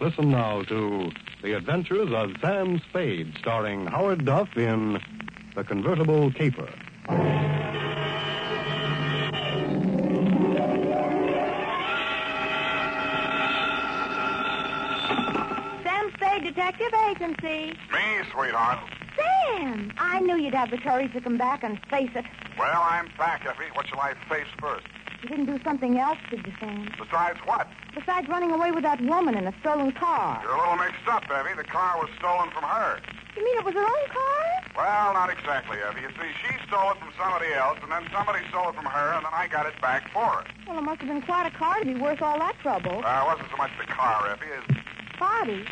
Listen now to The Adventures of Sam Spade, starring Howard Duff in The Convertible Caper. Sam Spade Detective Agency. Me, sweetheart. Sam, I knew you'd have the courage to come back and face it. Well, I'm back, Effie. What shall I face first? You didn't do something else, did you, Sam? Besides what? Besides running away with that woman in a stolen car. You're a little mixed up, Effie. The car was stolen from her. You mean it was her own car? Well, not exactly, Effie. You see, she stole it from somebody else, and then somebody stole it from her, and then I got it back for her. Well, it must have been quite a car to be worth all that trouble. Uh, it wasn't so much the car, Effie, as... Body.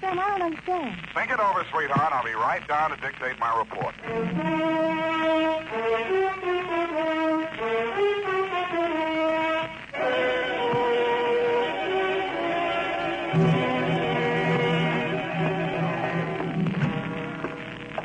Sam, I don't understand. Think it over, sweetheart. I'll be right down to dictate my report.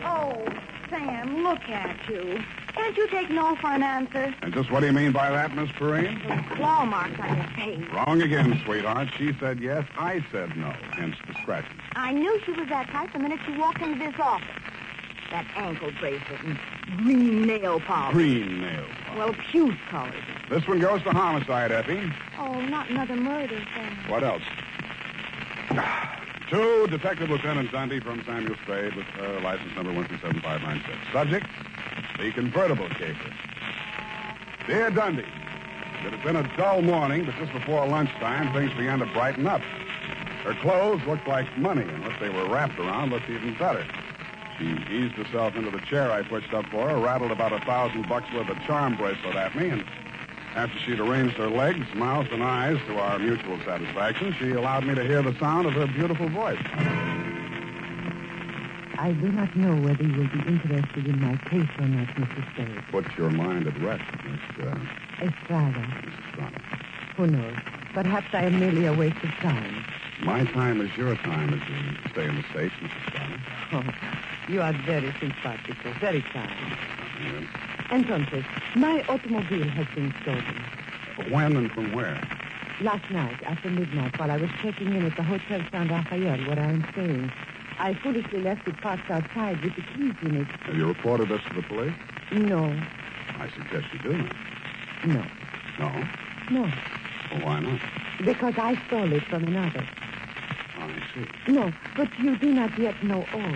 Oh, Sam, look at you. Can't you take no for an answer? And just what do you mean by that, Miss Perrine? Claw marks on your face. Wrong again, sweetheart. She said yes, I said no, hence the scratches. I knew she was that type the minute she walked into this office. That ankle bracelet and green nail polish. Green nails. Well, puce colored. This one goes to homicide, Effie. Oh, not another murder, Sam. What else? To Detective Lieutenant Dundee from Samuel Spade with uh, license number 137596. Subject, the convertible caper. Dear Dundee, it had been a dull morning, but just before lunchtime, things began to brighten up. Her clothes looked like money, and what they were wrapped around looked even better. She eased herself into the chair I pushed up for her, rattled about a thousand bucks worth of charm bracelet at me, and after she'd arranged her legs, mouth, and eyes to our mutual satisfaction, she allowed me to hear the sound of her beautiful voice. I do not know whether you will be interested in my case or not, Mr. Spade. Put your mind at rest, Miss, uh, Estrada, Mrs. Stronach. who knows? Perhaps I am merely a waste of time. My time is your time as you stay in the States, Mrs. Stronach. Oh, you are very simpatico, very kind. Yes. Entonces, my automobile has been stolen. But When and from where? Last night, after midnight, while I was checking in at the Hotel San Rafael, where I am staying, I foolishly left it parked outside with the keys in it. Have you reported this to the police? No, I suggest you do. no, No? no, Well, why not? because I stole it from another. I see. No, but you do not yet know all.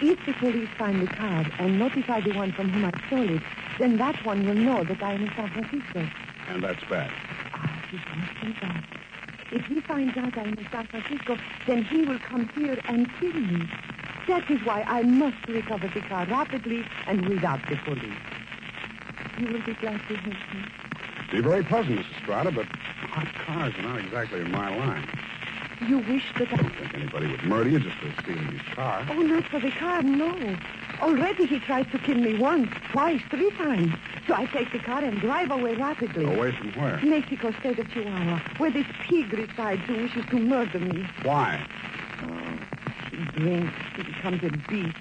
If the police find the card and notify the one from whom I stole it, then that one will know that I am in San Francisco. And that's bad. Ah, he must be bad. If he finds out I'm in San Francisco, then he will come here and kill me. That is why I must recover the car rapidly and without the police. You will be glad to help me. Be very pleasant, Mrs. Strada, but hot cars are not exactly in my line. You wish that I I... don't think anybody would murder you just for stealing your car. Oh, not for the car, no. Already he tried to kill me once, twice, three times. So I take the car and drive away rapidly. Away from where? Mexico, state of Chihuahua, where this pig resides who wishes to murder me. Why? He drinks. He becomes a beast.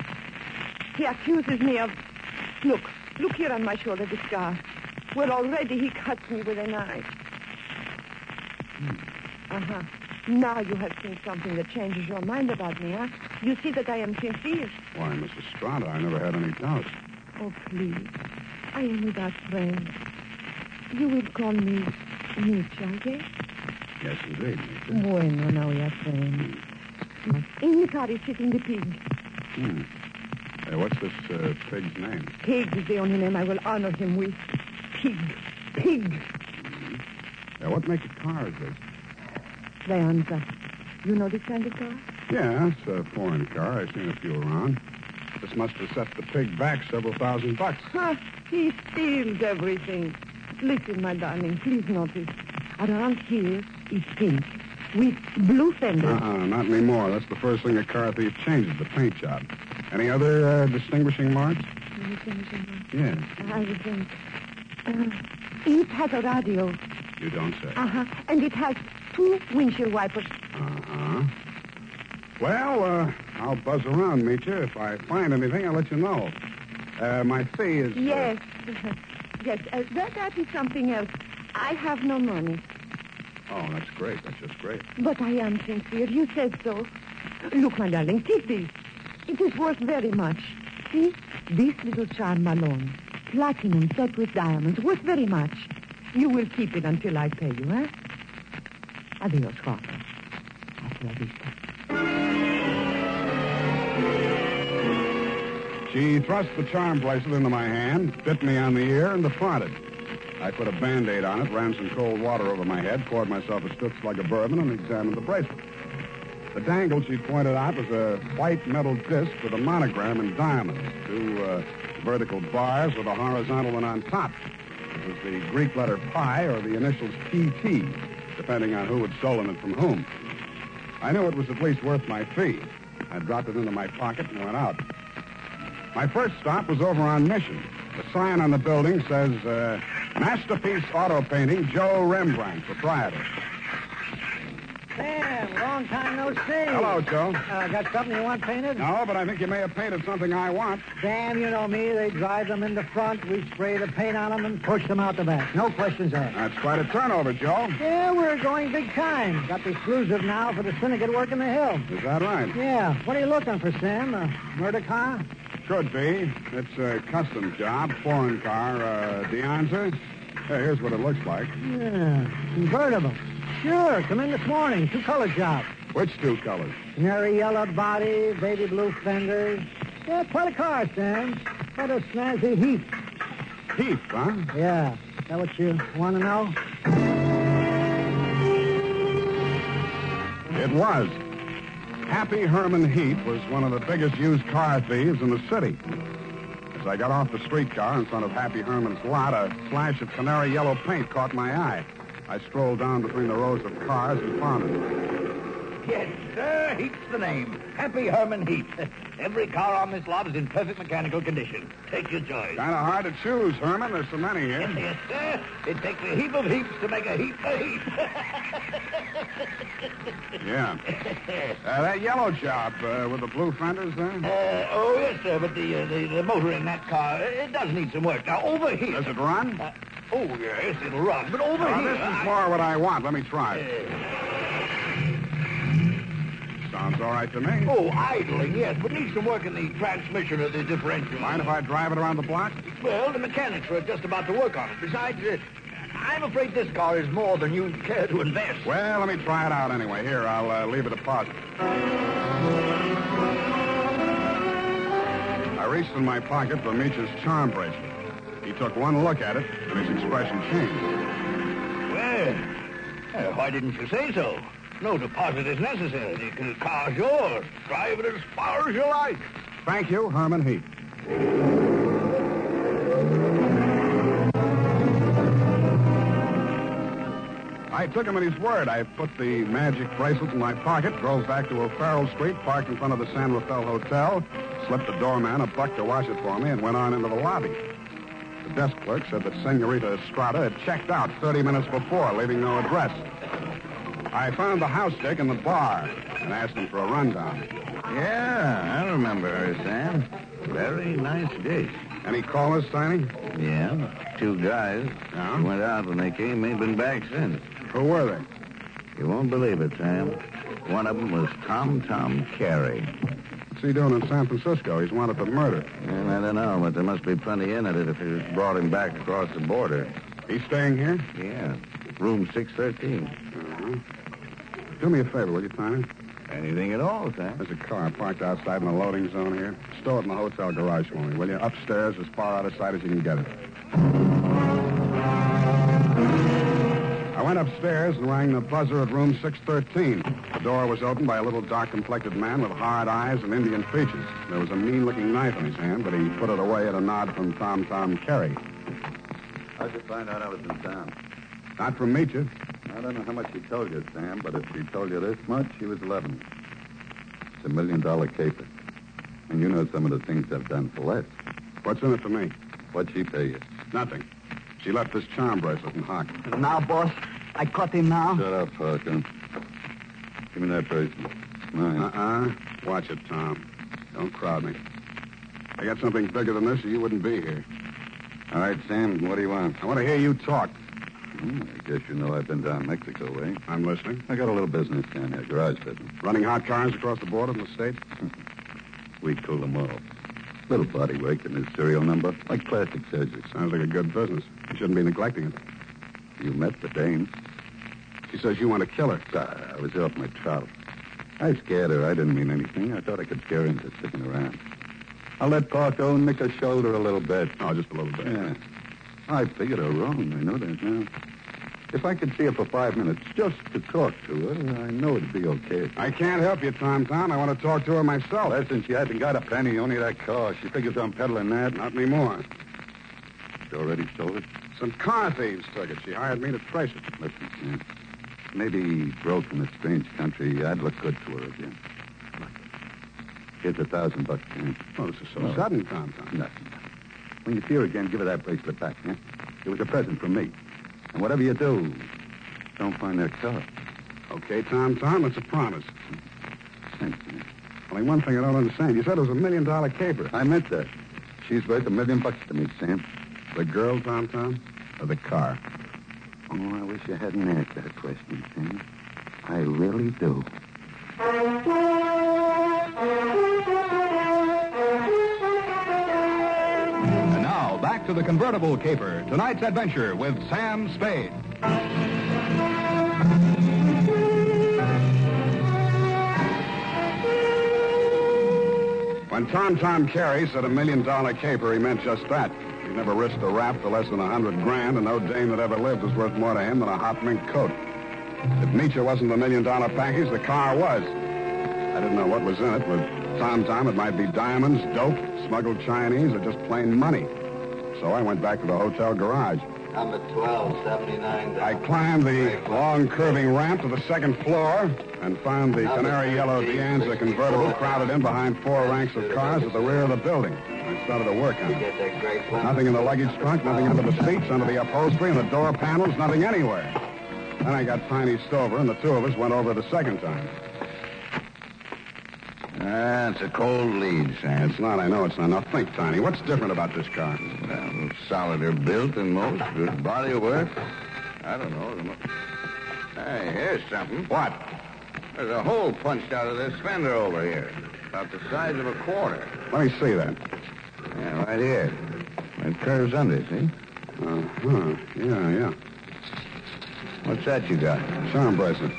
He accuses me of. Look, look here on my shoulder, the scar. Well, already he cuts me with a knife. Uh huh. Now you have seen something that changes your mind about me, huh? You see that I am sincere. Why, Mrs. Strada, I never had any doubts. Oh, please. I am without friends. You will call me Nietzsche, okay? Yes, indeed. Major. Bueno, now we are friends. In the car is sitting the pig. Hmm. Uh, what's this uh, pig's name? Pig is the only name I will honor him with. Pig. Pig. Uh, what make of cars this? Leandra, you know this kind of car? Yeah, it's a foreign car. I've seen a few around. This must have set the pig back several thousand bucks. Huh, he steals everything. Listen, my darling, please notice. Around here is pink with blue fenders. Uh-uh, not anymore. That's the first thing a car thief changes, the paint job. Any other uh, distinguishing marks? Yes. I would think. Uh, it has a radio. You don't say. Uh-huh. And it has two windshield wipers. Uh-huh. Well, uh, I'll buzz around, meet you. If I find anything, I'll let you know. Uh, my fee is... uh, yes. yes. Uh, that, that is something else. I have no money. Oh, that's great. That's just great. But I am sincere. You said so. Look, my darling, keep this. It is worth very much. See? This little charm alone. Platinum set with diamonds. Worth very much. You will keep it until I pay you, eh? Adios, Father. Hasta la vista. She thrust the charm bracelet into my hand, bit me on the ear, and departed. I put a band-aid on it, ran some cold water over my head, poured myself a stutz like a bourbon, and examined the bracelet. The dangle she pointed out was a white metal disc with a monogram in diamonds, two uh, vertical bars with a horizontal one on top. It was the Greek letter pi or the initials PT, depending on who had stolen it from whom. I knew it was at least worth my fee. I dropped it into my pocket and went out. My first stop was over on Mission. The sign on the building says, uh, Masterpiece Auto Painting, Joe Rembrandt, proprietor. Man, long time no see. Hello, Joe. Uh, got something you want painted? No, but I think you may have painted something I want. Damn, you know me. They drive them in the front. We spray the paint on them and push them out the back. No questions asked. That's quite a turnover, Joe. Yeah, we're going big time. Got the exclusive now for the syndicate working the hill. Is that right? Yeah. What are you looking for, Sam? A murder car? Could be. It's a custom job, foreign car, uh, the answers. Hey, here's what it looks like. Yeah. Convertible. Sure. Come in this morning. Two color job. Which two colors? Canary yellow body, baby blue fenders. Yeah, quite a car, Sam. Quite a snazzy heap. Heath, huh? Yeah. Is that what you want to know? It was. Happy Herman Heath was one of the biggest used car thieves in the city. As I got off the streetcar in front of Happy Herman's lot, a flash of canary yellow paint caught my eye. I strolled down between the rows of cars and found it. Yes, sir. Heap's the name. Happy Herman Heap. Every car on this lot is in perfect mechanical condition. Take your choice. Kind of hard to choose, Herman. There's so many here. Yes, sir. It takes a heap of heaps to make a heap a heap. Yeah. Uh, that yellow job uh, with the blue fenders there, Uh, oh, yes, sir. But the, uh, the the motor in that car, uh, it does need some work. Now, over here. does it run? Uh, oh, yes, it'll run. But over Now, here. this is I- more what I want. Let me try it. Sounds all right to me. Oh, idling, yes, but needs some work in the transmission or the differential. Mind if I drive it around the block? Well, the mechanics are just about to work on it. Besides, uh, I'm afraid this car is more than you care to invest. Well, let me try it out anyway. Here, I'll uh, leave a deposit. I reached in my pocket for Meech's charm bracelet. He took one look at it, and his expression changed. Well, uh, why didn't you say so? No deposit is necessary. The car's yours. Drive it as far as you like. Thank you, Herman Heath. I took him at his word. I put the magic bracelet in my pocket, drove back to O'Farrell Street, parked in front of the San Rafael Hotel, slipped the doorman a buck to wash it for me, and went on into the lobby. The desk clerk said that Senorita Estrada had checked out 30 minutes before, leaving no address. I found the house dick in the bar and asked him for a rundown. Yeah, I remember her, Sam. Very nice dish. Any callers, Steiny? Yeah, two guys. Yeah? Went out when they came. They've been back since. Who were they? You won't believe it, Sam. One of them was Tom Tom Carey. What's he doing in San Francisco? He's wanted for murder. And I don't know, but there must be plenty in it if you brought him back across the border. He's staying here? Uh-huh. Yeah, room 613. Do me a favor, will you, Tiny? Anything at all, Sam. There's a car parked outside in the loading zone here. Stow it in the hotel garage for me, will you? Upstairs, as far out of sight as you can get it. I went upstairs and rang the buzzer at room 613. The door was opened by a little dark-complected man with hard eyes and Indian features. There was a mean-looking knife in his hand, but he put it away at a nod from Tom Tom Carey. How'd you find out I was in town? Not from Meacher. I don't know how much he told you, Sam, but if he told you this much, he was 11. It's a million dollar caper. And you know some of the things I've done for less. What's in it for me? What'd she pay you? Nothing. She left this charm bracelet in Hock. Now, boss. I caught him now. Shut up, Parker. Give me that bracelet. Mine. Uh-uh. Watch it, Tom. Don't crowd me. I got something bigger than this, or you wouldn't be here. All right, Sam, what do you want? I want to hear you talk. Hmm, I guess you know I've been down Mexico, eh? I'm listening. I got a little business down here, garage business. Running hot cars across the border from the States? We cool them off. Little body work and his serial number, like plastic surgery. Sounds like a good business. You shouldn't be neglecting it. You met the dame. She says you want to kill her. Ah, I was off my trout. I scared her. I didn't mean anything. I thought I could scare her into sticking around. I let Parko nick her shoulder a little bit. Oh, just a little bit. Yeah. I figured her wrong. I know that now. If I could see her for five minutes just to talk to her, I know it'd be okay. I can't help you, Tom Tom. I want to talk to her myself. Listen, she hasn't got a penny, only that car. She figures on peddling that. Not anymore. She already sold it. Some car thieves took it. She hired me to trace it. Listen, Sam. Maybe broke in a strange country, I'd look good to her again. Here's a thousand bucks, Sam. Oh, this is so No. sudden, Tom Tom. Nothing. When you see her again, give her that bracelet back, huh? It was a present from me. And whatever you do, don't find that car. Okay, Tom Tom, it's a promise. Thanks, man. Only one thing I don't understand. You said it was a million dollar caper. I meant that. She's worth a million bucks to me, Sam. The girl, Tom Tom? Or the car? Oh, I wish you hadn't asked that question, Sam. I really do. And now, back to the convertible caper, tonight's adventure with Sam Spade. When Tom Tom Carey said a million dollar caper, he meant just that. He never risked a rap for less than a hundred grand, and no dame that ever lived was worth more to him than a hot mink coat. If Nietzsche wasn't the million dollar package, the car was. I didn't know what was in it. With Tom Tom, it might be diamonds, dope, smuggled Chinese, or just plain money. So I went back to the hotel garage. Number 1279. I climbed the long curving ramp to the second floor and found the canary yellow Deanza convertible crowded in behind four ranks of cars at the rear of the building. I started to work on it. Get that great Nothing in the luggage trunk, nothing under the seats, under the upholstery, and the door panels, nothing anywhere. Then I got Piney Stover, and the two of us went over the second time. That's a cold lead, Sam. It's not, I know it's not. Now think, Tiny, what's different about this car? Well, solider built than most. Good body of work. I don't know. the mo- Hey, here's something. What? There's a hole punched out of this fender over here. About the size of a quarter. Let me see that. Yeah, right here. It curves under, see? Uh-huh. Yeah, yeah. What's that you got? Charm bracelet.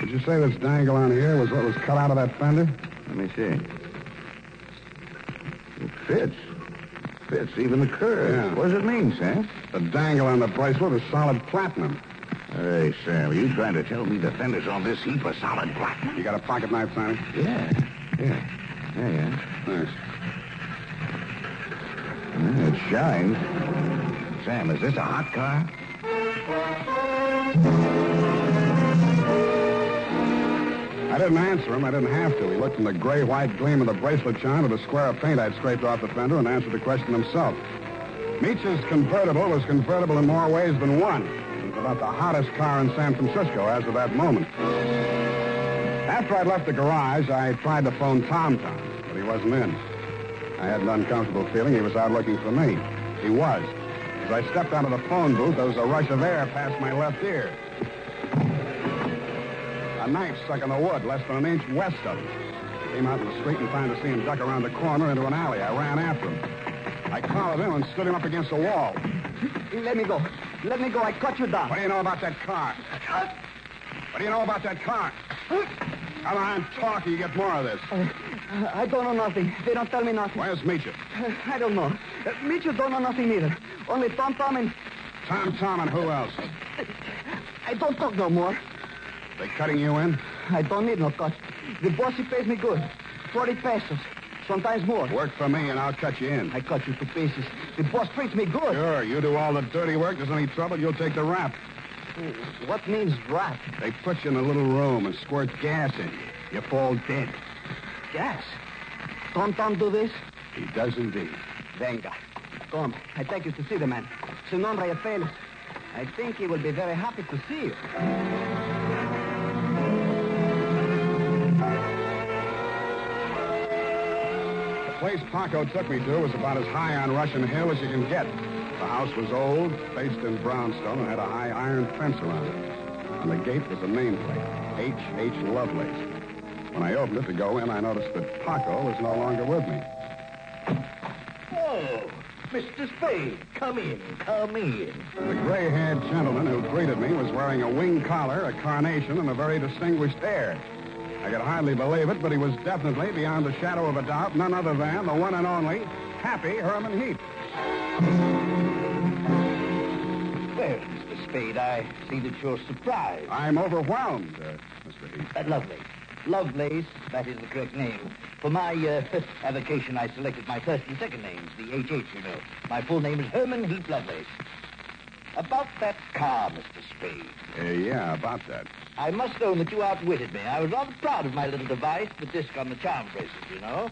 Did you say this dangle on here was what was cut out of that fender? Let me see. It fits. Fits even the curve. Yeah. What does it mean, Sam? The dangle on the bracelet is solid platinum. Hey, Sam, are you trying to tell me the fenders on this heap are solid platinum? You got a pocket knife, Sonny? Yeah. Yeah. Yeah, yeah. Thanks. Mm, it shines. Sam, is this a hot car? I didn't answer him. I didn't have to. He looked in the gray-white gleam of the bracelet shine at a square of paint I'd scraped off the fender and answered the question himself. Meech's convertible was convertible in more ways than one. It was about the hottest car in San Francisco as of that moment. After I left the garage, I tried to phone Tom Tom, but he wasn't in. I had an uncomfortable feeling he was out looking for me. He was. As I stepped out of the phone booth, there was a rush of air past my left ear. A knife stuck in the wood less than an inch west of him. Came out in the street and planned to see him duck around the corner into an alley. I ran after him. I collared him and stood him up against the wall. Let me go. Let me go. I cut you down. What do you know about that car? What do you know about that car? Come on, talk or you get more of this. I don't know nothing. They don't tell me nothing. Where's Meacher? I don't know. Mitchell don't know nothing either. Only Tom Tom and Tom Tom and who else? I don't talk no more. They cutting you in? I don't need no cut. The boss, he pays me good. 40 pesos. Sometimes more. Work for me and I'll cut you in. I cut you to pieces. The boss treats me good. Sure, you do all the dirty work. There's any trouble, you'll take the rap. What means rat? They put you in a little room and squirt gas in you. You fall dead. Gas. Tom Tom do this? He does indeed. Venga. Come. I take you to see the man. Su nombre es Félix. I think he will be very happy to see you. place Paco took me to was about as high on Russian Hill as you can get. The house was old, faced in brownstone, and had a high iron fence around it. On the gate was a nameplate, H.H. Lovelace. When I opened it to go in, I noticed that Paco was no longer with me. Oh, Mr. Spade, come in, come in. The gray-haired gentleman who greeted me was wearing a wing collar, a carnation, and a very distinguished air. I could hardly believe it, but he was definitely, beyond the shadow of a doubt, none other than the one and only Happy Herman Heath. Well, Mr. Spade, I see that you're surprised. I'm overwhelmed, uh, Mr. Heath. At Lovelace. Lovelace, that is the correct name. For my uh, avocation, I selected my first and second names, the HH, you know. My full name is Herman Heath Lovelace. About that car, Mr. Spade. Uh, yeah, about that. I must own that you outwitted me. I was rather proud of my little device, the disc on the charm bracelet, you know.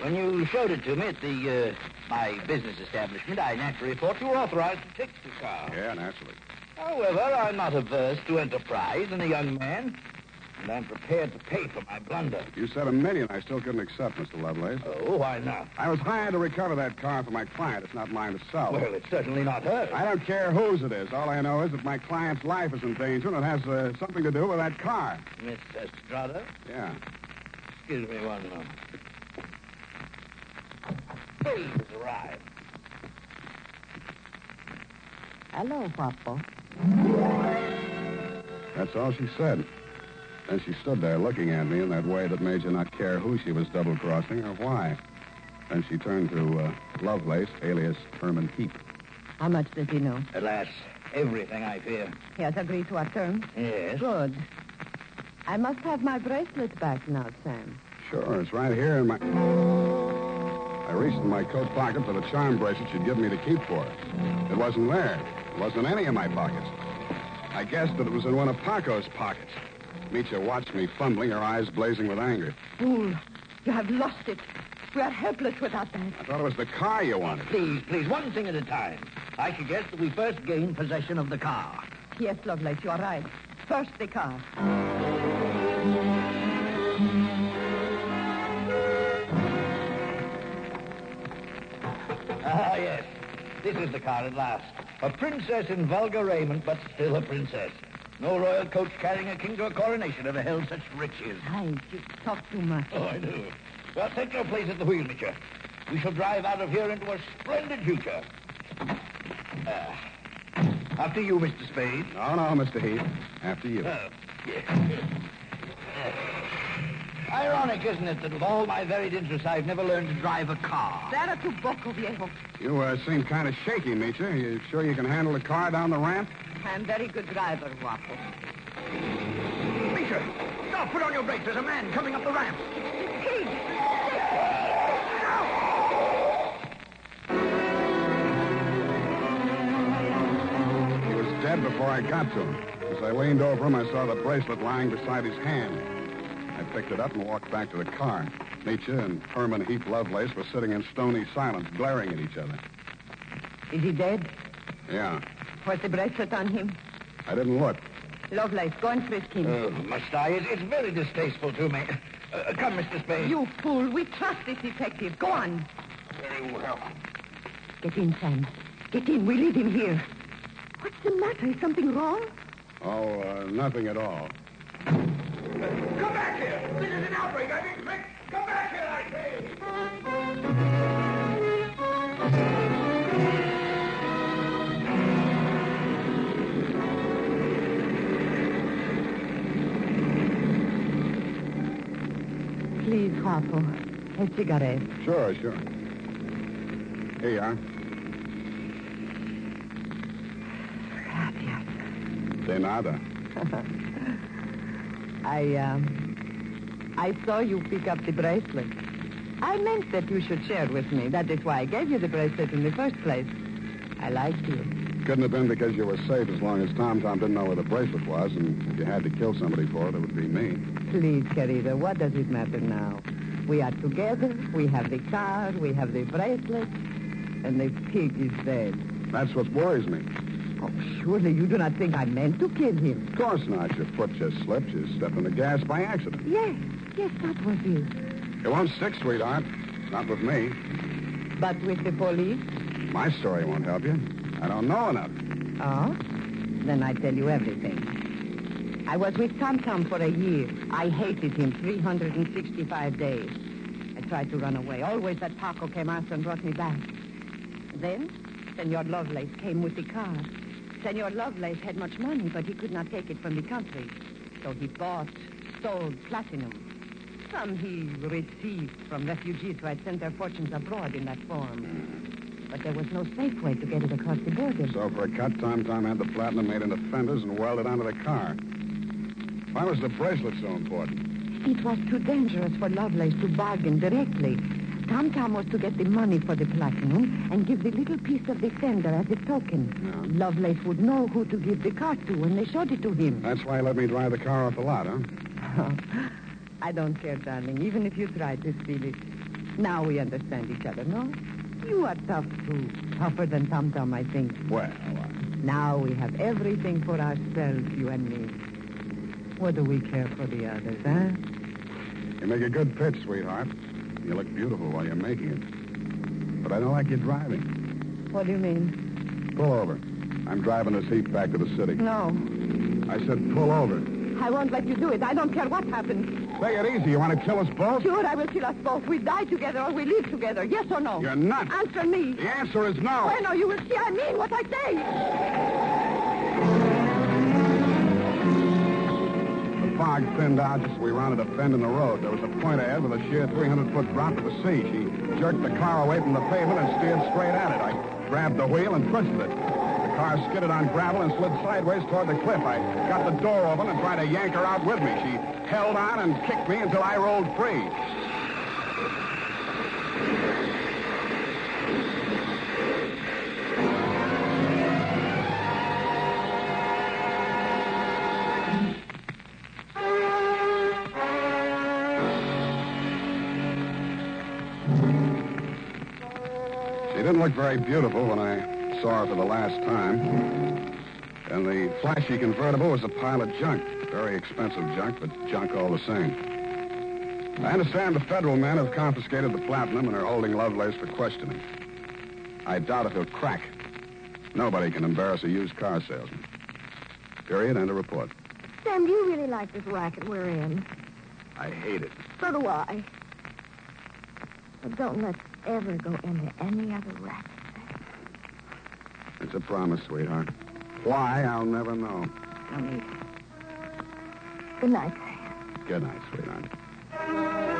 When you showed it to me at the uh, my business establishment, I naturally thought you were authorized to take the car. Yeah, naturally. However, I'm not averse to enterprise in a young man, and I'm prepared to pay for my blunder. You said a million I still couldn't accept, Mr. Lovelace. Oh, why not? I was hired to recover that car for my client. It's not mine to sell. Well, it's certainly not hers. I don't care whose it is. All I know is that my client's life is in danger, and it has uh, something to do with that car. Miss Estrada, Yeah. excuse me one moment. Spade has arrived. Hello, Papa. That's all she said. Then she stood there looking at me in that way that made you not care who she was double crossing or why. Then she turned to uh, Lovelace, alias Herman Heap. How much does he know? Alas, everything I fear. He has agreed to our terms. Yes. Good. I must have my bracelet back now, Sam. Sure, it's right here in my. I reached in my coat pocket for the charm bracelet she'd given me to keep for her. It wasn't there. It wasn't in any of my pockets. I guessed that it was in one of Paco's pockets. Mitya watched me fumbling, her eyes blazing with anger. Fool. You have lost it. We are helpless without that. I thought it was the car you wanted. Please, please, one thing at a time. I suggest that we first gain possession of the car. Yes, Lovelace, you are right. First the car. Ah, yes. This is the car at last. A princess in vulgar raiment, but still a princess. No royal coach carrying a king to a coronation ever held such riches. Hi, you talk too much. Oh, I do. Well, take your place at the wheel, Mitchell. We shall drive out of here into a splendid future. Ah. after you, Mr. Spade. No, no, Mr. Heath. After you. Oh, yeah. Ironic, isn't it, that with all my varied interests, I've never learned to drive a car? Sarah tu boco, viejo. You uh, seem kind of shaky, Mitya. You sure you can handle the car down the ramp? I'm very good driver, Wapo. Mitchell, stop! Put on your brakes. There's a man coming up the ramp. He was dead before I got to him. As I leaned over him, I saw the bracelet lying beside his hand. I picked it up and walked back to the car. Nietzsche and Herman Heath Lovelace were sitting in stony silence, glaring at each other. Is he dead? Yeah. Was the bracelet on him? I didn't look. Lovelace, go and frisk him. Oh, must I? It- It's very distasteful to me. Uh, come, Mr. Spade. You fool. We trust this detective. Go on. Very well. Get in, Sam. Get in. We leave him here. What's the matter? Is something wrong? Oh, uh, nothing at all. Come back here. This is an outbreak. I think, Rick. Come back here, I say. Please, Wapo. A cigarette. Sure, sure. Here you are. Gracias. De nada. I, um, I saw you pick up the bracelet. I meant that you should share with me. That is why I gave you the bracelet in the first place. I liked you. Couldn't have been because you were safe as long as Tom Tom didn't know where the bracelet was, and if you had to kill somebody for it, it would be me. Please, querida, what does it matter now? We are together. We have the car. We have the bracelet. And the pig is dead. That's what worries me. Oh, surely you do not think I meant to kill him. Of course not. Your foot just slipped. You stepped on the gas by accident. Yes, yes, that was it. It won't stick, sweetheart. Not with me. But with the police? My story won't help you. I don't know enough. Oh? Then I tell you everything. I was with Tom Tom for a year. I hated him 365 days. I tried to run away. Always that Paco came after and brought me back. Then, Senor Lovelace came with the car. Senor Lovelace had much money, but he could not take it from the country. So he bought, sold platinum. Some he received from refugees who had sent their fortunes abroad in that form. But there was no safe way to get it across the border. So for a cut, Tom Tom had the platinum made into fenders and welded onto the car. Why was the bracelet so important? It was too dangerous for Lovelace to bargain directly. Tom Tom was to get the money for the platinum and give the little piece of the sender as a token. Lovelace would know who to give the car to when they showed it to him. That's why he let me drive the car off the lot, huh? I don't care, darling, even if you tried to steal it. Now we understand each other, no? You are tough, too. Tougher than Tom Tom, I think. Well, Now we have everything for ourselves, you and me. What do we care for the others, huh? you make a good pitch, sweetheart. You look beautiful while you're making it. But I don't like you driving. What do you mean? Pull over. I'm driving this heap back to the city. No. I said pull over. I won't let you do it. I don't care what happens. Take it easy. You want to kill us both? Sure, I will kill us both. We die together or we live together. Yes or no? You're nuts. Answer me. The answer is no. Bueno, you will see I mean what I say. The fog thinned out just as we rounded a bend in the road. There was a point ahead with a sheer 300-foot drop to the sea. She jerked the car away from the pavement and steered straight at it. I grabbed the wheel and twisted it. The car skidded on gravel and slid sideways toward the cliff. I got the door open and tried to yank her out with me. She held on and kicked me until I rolled free. She didn't look very beautiful when I saw her for the last time. And the flashy convertible was a pile of junk. Very expensive junk, but junk all the same. I understand the federal men have confiscated the platinum and are holding Lovelace for questioning. I doubt if he'll crack. Nobody can embarrass a used car salesman. Period. End of report. Sam, do you really like this racket we're in? I hate it. So do I. But don't let's ever go into any other racket. It's a promise, sweetheart. Why, I'll never know. No need. Good night, Sam. Good night, sweetheart.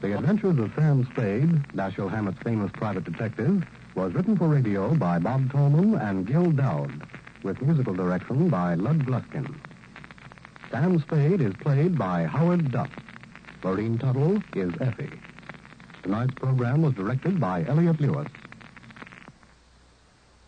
The Adventures of Sam Spade, Dashiell Hammett's famous private detective, was written for radio by Bob Tolman and Gil Dowd, with musical direction by Lud Gluskin. Sam Spade is played by Howard Duff. Lorene Tuttle is Effie. Tonight's program was directed by Elliot Lewis.